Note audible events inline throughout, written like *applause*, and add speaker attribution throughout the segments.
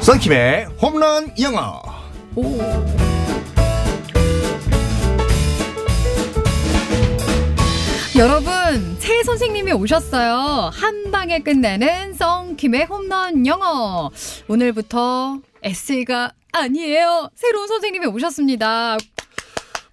Speaker 1: 썬킴의 홈런 영어.
Speaker 2: 오. 여러분, 최 선생님이 오셨어요. 한 방에 끝내는 썬킴의 홈런 영어. 오늘부터 에세이가 아니에요. 새로운 선생님이 오셨습니다.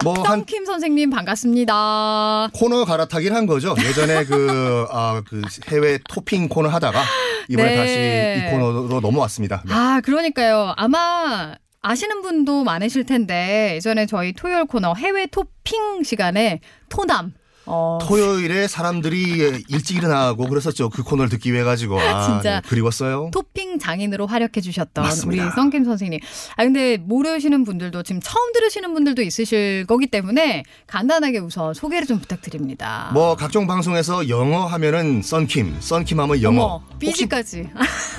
Speaker 1: 뭐 한
Speaker 2: 썬킴 선생님 반갑습니다.
Speaker 1: 코너 갈아타긴 한 거죠. 예전에 그, 아, 그 해외 토핑 코너 하다가 이번에
Speaker 2: 네.
Speaker 1: 다시 이 코너로 넘어왔습니다. 네.
Speaker 2: 아, 그러니까요. 아마 아시는 분도 많으실 텐데 예전에 저희 토요일 코너 해외 토핑 시간에 토남 어,
Speaker 1: 토요일에 사람들이 일찍 일어나고 그랬었죠. 그 코너를 듣기 위해 가지고. 아,
Speaker 2: 진짜.
Speaker 1: 네, 그리웠어요.
Speaker 2: 토핑 장인으로 활약해 주셨던
Speaker 1: 맞습니다.
Speaker 2: 우리 성김 선생님. 아 근데 모르시는 분들도 지금 처음 들으시는 분들도 있으실 거기 때문에 간단하게 우선 소개를 좀 부탁드립니다.
Speaker 1: 뭐 각종 방송에서 영어 하면은 썬킴, 썬킴 하면 영어.
Speaker 2: 어머,
Speaker 1: 혹시,
Speaker 2: 삐지까지.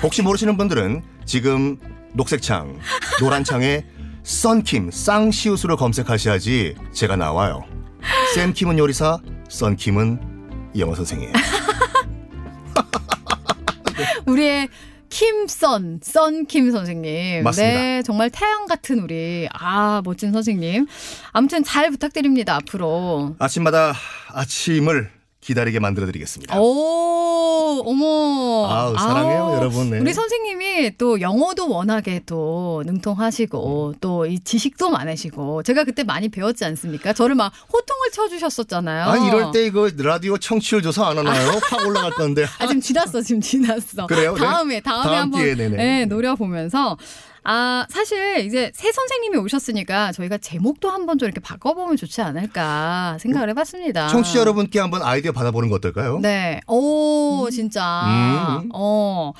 Speaker 1: 혹시 모르시는 분들은 지금 녹색창, 노란창에 썬킴, 쌍시우스로 검색하셔야지 제가 나와요. 샘킴은 요리사, 썬킴은 영어 선생이에요.
Speaker 2: *laughs* 우리의 킴선, 썬킴 선생님.
Speaker 1: 맞습니다.
Speaker 2: 네, 정말 태양 같은 우리. 아, 멋진 선생님. 아무튼 잘 부탁드립니다, 앞으로.
Speaker 1: 아침마다 아침을 기다리게 만들어 드리겠습니다.
Speaker 2: 오, 어머.
Speaker 1: 아우, 사랑해요,
Speaker 2: 아우.
Speaker 1: 여러분. 네.
Speaker 2: 우리 선생님이 또 영어도 워낙에 또
Speaker 1: 음.
Speaker 2: 능통하시고 또 이 지식도 많으시고 제가 그때 많이 배웠지 않습니까? 저를 막 호통을 쳐주셨었잖아요.
Speaker 1: 아, 이럴 때 이거 라디오 청취율 조사 안 하나요? 확 올라갈 건데.
Speaker 2: 아, 지금 지났어, 지금 지났어.
Speaker 1: 그래요? 네.
Speaker 2: 다음에, 다음에
Speaker 1: 다음
Speaker 2: 한번
Speaker 1: 기회에, 네네.
Speaker 2: 네, 노려보면서. 아, 사실 이제 새 선생님이 오셨으니까 저희가 제목도 한번 좀 이렇게 바꿔보면 좋지 않을까 생각을 해봤습니다.
Speaker 1: 청취자 여러분께 한번 아이디어 받아보는 거 어떨까요?
Speaker 2: 아. 네. 오, 진짜.
Speaker 1: 음.
Speaker 2: 어.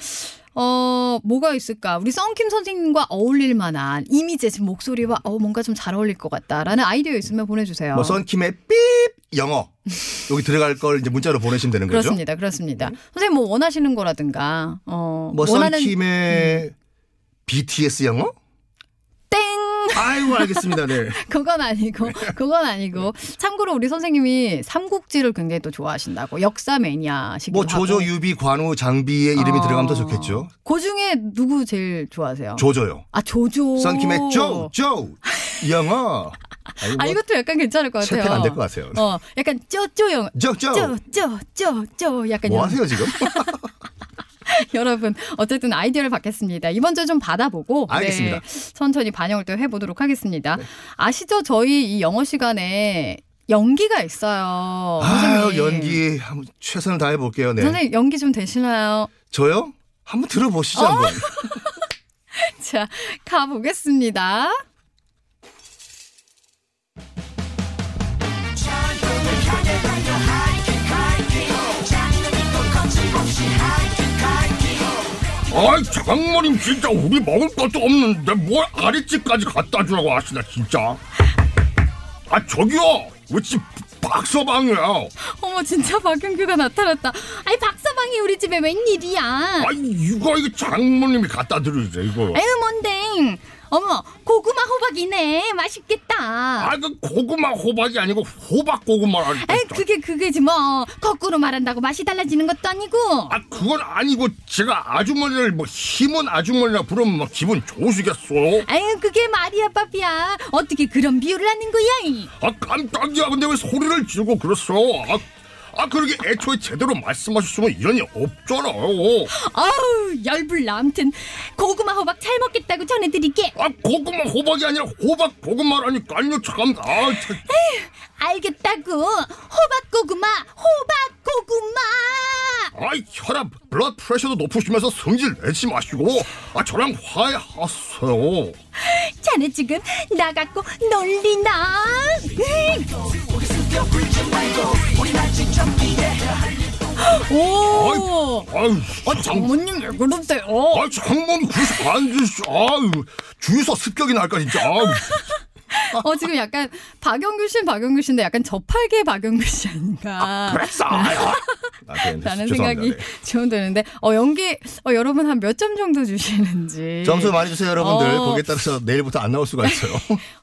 Speaker 2: 어, 뭐가 있을까? 우리 썬킴 선생님과 어울릴 만한 이미지, 지금 목소리와 어, 뭔가 좀 잘 어울릴 것 같다라는 아이디어 있으면 보내주세요.
Speaker 1: 뭐 썬킴의 삐 영어 여기 들어갈 걸 이제 문자로 보내시면 되는 거죠. 음.
Speaker 2: 그렇습니다. 그렇습니다. 선생님 뭐 원하시는 거라든가, 어,
Speaker 1: 뭐
Speaker 2: 원하는 음.
Speaker 1: 썬킴의 BTS 영어?
Speaker 2: 땡! *laughs*
Speaker 1: 아이고 알겠습니다. 네.
Speaker 2: 그건 아니고, 그건 아니고. 참고로 우리 선생님이 삼국지를 굉장히 또 좋아하신다고. 역사 매니아시기도
Speaker 1: 뭐 조조,
Speaker 2: 하고.
Speaker 1: 유비, 관우, 장비의 이름이
Speaker 2: 어.
Speaker 1: 들어가면 더 좋겠죠.
Speaker 2: 그 중에 누구 제일 좋아하세요?
Speaker 1: 조조요.
Speaker 2: 아, 조조.
Speaker 1: 썬킴의 조, 조 영어. 아이고
Speaker 2: 아,
Speaker 1: 뭐
Speaker 2: 이것도 약간 괜찮을 것 같아요.
Speaker 1: 채택 안될 것 같아요.
Speaker 2: 어, 약간 쪼쪼형.
Speaker 1: 조, 조.
Speaker 2: 쪼쪼쪼쪼 약간
Speaker 1: 뭐
Speaker 2: 이런-
Speaker 1: 하세요 지금?
Speaker 2: *laughs* 여러분 어쨌든 아이디어를 받겠습니다. 이번 주에 좀 받아보고
Speaker 1: 알겠습니다. 네.
Speaker 2: 네, 천천히 반영을 또 해보도록 하겠습니다. 아시죠? 저희 이 영어 시간에 연기가 있어요.
Speaker 1: 아유
Speaker 2: 선생님.
Speaker 1: 연기 한번 최선을 다해 볼게요. 네.
Speaker 2: 선생님 연기 좀 되시나요? *laughs*
Speaker 1: 저요? 한번 들어보시죠 한번.
Speaker 2: 자 가보겠습니다.
Speaker 3: 아이 장모님 진짜 우리 먹을 것도 없는데 뭘 아랫집까지 갖다 주라고 하시나 진짜 아 저기요 왜지 박서방이야
Speaker 2: 어머 진짜 박윤규가 나타났다. 아이 박서방이 우리 집에 웬일이야?
Speaker 3: 아이 이거 이거 장모님이 갖다 드리세요 이거
Speaker 2: 에휴 뭔데? 어머 고구마 호박이네 맛있겠다.
Speaker 3: 아 그 고구마 호박이 아니고 호박 고구마라니까
Speaker 2: 에이, 그게 그게지 뭐 거꾸로 말한다고 맛이 달라지는 것도 아니고
Speaker 3: 아 그건 아니고 제가 아주머니를 뭐 힘은 아주머니라 부르면 막 기분 좋으시겠어요
Speaker 2: 아유 그게 말이야 빠삐야 어떻게 그런 비유를 하는 거야 이.
Speaker 3: 아 깜짝이야 근데 왜 소리를 지르고 그랬어 아, 아 그러게 애초에 제대로 말씀하셨으면 이런 일 없잖아요
Speaker 2: 아우 열불나 아무튼 고구마 호박 잘 먹겠다고 전해드릴게
Speaker 3: 아 고구마 호박이 아니라 호박 고구마라니까요 참. 아, 참.
Speaker 2: 알겠다고 호박 고구마 호박 고구마
Speaker 3: 아이 혈압, 블러드 프레셔도 높으시면서 성질 내지 마시고 아 저랑 화해하세요.
Speaker 2: 자네 지금 나 갖고 놀리나 으이. 오
Speaker 3: 아유,
Speaker 2: 어, 장모님 왜 그러세요
Speaker 3: 아 장모님 그래서 앉으시. 아유, 주유소 습격이 날까 진짜. 아유,
Speaker 2: 어 지금 약간 박영규 씨는 박영규 씨인데 약간 저팔계 박영규 씨 아닌가
Speaker 3: 그랬어. 아유.
Speaker 1: 아, 네, 네,
Speaker 2: 라는
Speaker 1: 죄송합니다.
Speaker 2: 생각이
Speaker 1: 네.
Speaker 2: 좀 드는데 어 연기 어 여러분 한 몇 점 정도 주시는지
Speaker 1: 점수 많이 주세요 여러분들.
Speaker 2: 어.
Speaker 1: 거기에 따라서 내일부터 안 나올 수가 있어요.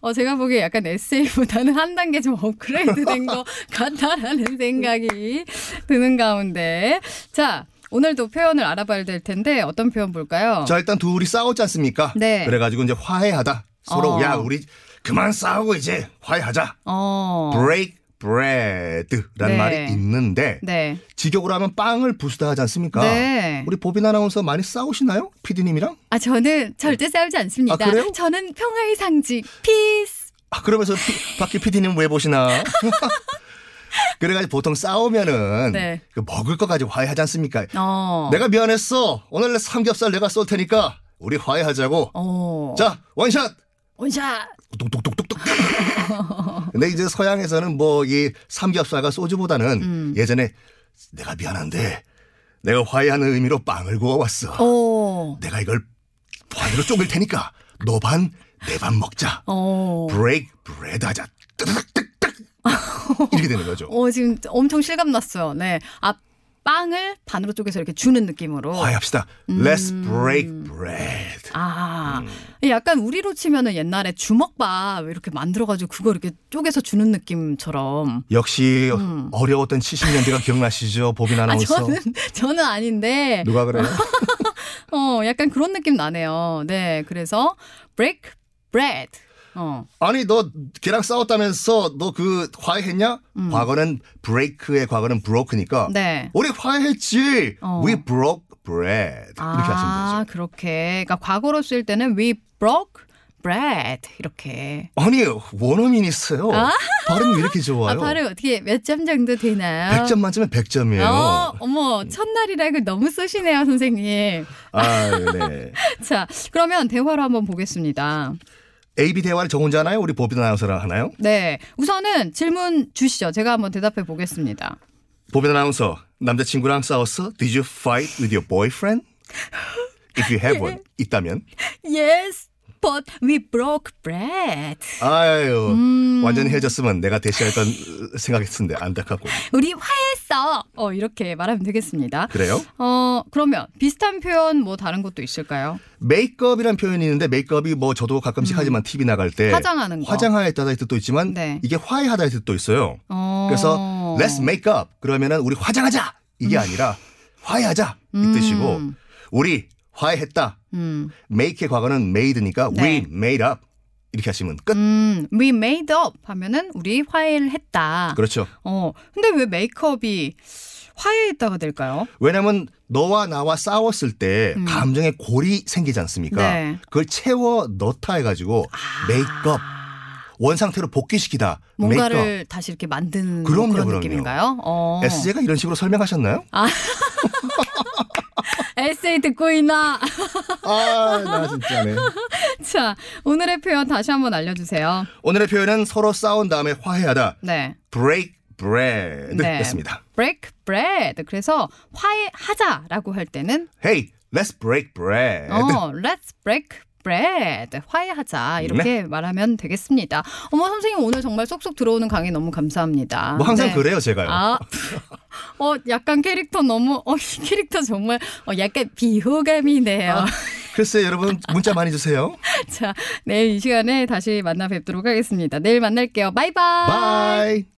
Speaker 2: 어 제가 보기에 약간 에세이보다는 한 단계 좀 *laughs* 업그레이드된 것 같다라는 생각이 드는 가운데 자 오늘도 표현을 알아봐야 될 텐데 어떤 표현 볼까요?
Speaker 1: 자 일단 둘이 싸웠지 않습니까?
Speaker 2: 네.
Speaker 1: 그래가지고 이제 화해하다. 서로
Speaker 2: 어.
Speaker 1: 야 우리 그만 싸우고 이제 화해하자.
Speaker 2: 어.
Speaker 1: break bread라는
Speaker 2: 네.
Speaker 1: 말이 있는데
Speaker 2: 네.
Speaker 1: 직역으로 하면 빵을 부수다 하지 않습니까?
Speaker 2: 네.
Speaker 1: 우리 보빈 아나운서 많이 싸우시나요? 피디님이랑?
Speaker 2: 아 저는 절대 싸우지 않습니다.
Speaker 1: 아, 그래요?
Speaker 2: 저는 평화의 상징 피스.
Speaker 1: 아, 그러면서 피- 밖에 피디님 왜 보시나? *laughs* 그래가지고 보통 싸우면은
Speaker 2: 네.
Speaker 1: 그 먹을 것까지 화해하지 않습니까?
Speaker 2: 어.
Speaker 1: 내가 미안했어. 오늘 내 삼겹살 내가 쏠 테니까 우리 화해하자고.
Speaker 2: 어.
Speaker 1: 자 원샷.
Speaker 2: 원샷. *laughs*
Speaker 1: 똑똑똑똑똑. 근데 이제 서양에서는 뭐 이 삼겹살과 소주보다는
Speaker 2: 음.
Speaker 1: 예전에 내가 미안한데 내가 화해하는 의미로 빵을 구워왔어.
Speaker 2: 어.
Speaker 1: 내가 이걸 반으로 쪼갤 테니까 너 반, 내 반 먹자.
Speaker 2: 어.
Speaker 1: 브레이크 브레드 하자. 뜨득뜨득 이렇게 되는 거죠.
Speaker 2: 어 지금 엄청 실감 났어요. 네. 아 빵을 반으로 쪼개서 이렇게 주는 느낌으로.
Speaker 1: 화해합시다.
Speaker 2: 음.
Speaker 1: Let's break bread.
Speaker 2: 아,
Speaker 1: 음.
Speaker 2: 약간 우리로 치면은 옛날에 주먹밥 이렇게 만들어가지고 그거 이렇게 쪼개서 주는 느낌처럼.
Speaker 1: 역시 어려웠던 70년대가 기억나시죠? 보빈
Speaker 2: 음. 아,
Speaker 1: 아나운서.
Speaker 2: 저는, *laughs* 저는 아닌데,
Speaker 1: 누가 그래요?
Speaker 2: 어, 약간 그런 느낌 나네요. 네, 그래서, break bread. 어,
Speaker 1: 아니 너 걔랑 싸웠다면서 너 그 화해했냐? 과거는 브레이크의 과거는 broke니까
Speaker 2: 음. 네.
Speaker 1: 우리 화해했지.
Speaker 2: 어.
Speaker 1: We broke bread. 이렇게 하시면 되죠.
Speaker 2: 아, 그렇게. 그러니까 과거로 쓸 때는 we broke bread. 이렇게.
Speaker 1: 아니 원어민이세요. 발음 왜 이렇게
Speaker 2: 아,
Speaker 1: 좋아요?
Speaker 2: 발음 어떻게 몇 점 정도 되나요?
Speaker 1: 100점 만점에 100점이에요.
Speaker 2: 어, 어머, 첫날이라 이거 너무 쓰시네요, 선생님. *laughs*
Speaker 1: 아, 네.
Speaker 2: 자, 그러면 대화로 한번 보겠습니다.
Speaker 1: AB 대화를 저 혼자 하나요? 우리 보빈 아나운서랑 하나요?
Speaker 2: 네. 우선은 질문 주시죠. 제가 한번 대답해 보겠습니다.
Speaker 1: 보빈 아나운서, 남자친구랑 싸웠어? Did you fight with your boyfriend? If you have
Speaker 2: *laughs*
Speaker 1: one, 있다면?
Speaker 2: Yes, but we broke bread.
Speaker 1: 아유,
Speaker 2: 음.
Speaker 1: 완전히 헤어졌으면 내가 대시했던 생각했는데 안타깝고.
Speaker 2: 우리 화해했어. 어, 이렇게 말하면 되겠습니다.
Speaker 1: 그래요?
Speaker 2: 어, 그러면 비슷한 표현 뭐 다른 것도 있을까요?
Speaker 1: 메이크업이란 표현이 있는데 메이크업이 뭐 저도 가끔씩 하지만 TV 나갈 때
Speaker 2: 음. 화장하는 거.
Speaker 1: 네. 화장하다의 뜻도 있지만
Speaker 2: 네.
Speaker 1: 이게 화해하다의 뜻도 있어요.
Speaker 2: 어. 음.
Speaker 1: 그래서 let's make up 그러면은 우리 화장하자 이게 아니라 화해하자 이 뜻이고 우리 화해했다
Speaker 2: 음,
Speaker 1: make의 과거는 made니까
Speaker 2: 네.
Speaker 1: we made up 이렇게 하시면 끝
Speaker 2: 음, we made up 하면은 우리 화해를 했다.
Speaker 1: 그렇죠
Speaker 2: 어, 근데 왜 메이크업이 화해했다가 될까요?
Speaker 1: 왜냐면 너와 나와 싸웠을 때 감정에 골이 생기지 않습니까
Speaker 2: 음. 네. 아.
Speaker 1: 그걸 채워 넣다 해가지고 make up 원상태로 복귀시키다
Speaker 2: 뭔가를
Speaker 1: make up
Speaker 2: 다시 이렇게 만드는
Speaker 1: 그럼요,
Speaker 2: 그런
Speaker 1: 그럼요.
Speaker 2: 느낌인가요? 어. 아.
Speaker 1: SJ가 이런 식으로 설명하셨나요?
Speaker 2: 에세이 듣고 있나?
Speaker 1: 아나 진짜네
Speaker 2: 자, 오늘의 표현 다시 한번 알려주세요.
Speaker 1: 오늘의 표현은 서로 싸운 다음에 화해하다
Speaker 2: 네.
Speaker 1: break bread였습니다
Speaker 2: break bread. 그래서 화해하자라고 할 때는
Speaker 1: Hey, let's break bread.
Speaker 2: 어, let's break bread. 화해하자.
Speaker 1: 네.
Speaker 2: 이렇게 말하면 되겠습니다. 어머 선생님 오늘 정말 쏙쏙 들어오는 강의 너무 감사합니다.
Speaker 1: 뭐 항상
Speaker 2: 네.
Speaker 1: 그래요, 제가요.
Speaker 2: 아, *laughs* 어, 약간 캐릭터 너무, 어, 이 캐릭터 정말, 어, 약간 비호감이네요.
Speaker 1: 아.
Speaker 2: *laughs*
Speaker 1: 글쎄 여러분 문자 많이 주세요.
Speaker 2: 자, 내일 이 시간에 다시 만나 뵙도록 하겠습니다. 내일 만날게요. 바이바이.
Speaker 1: 바이.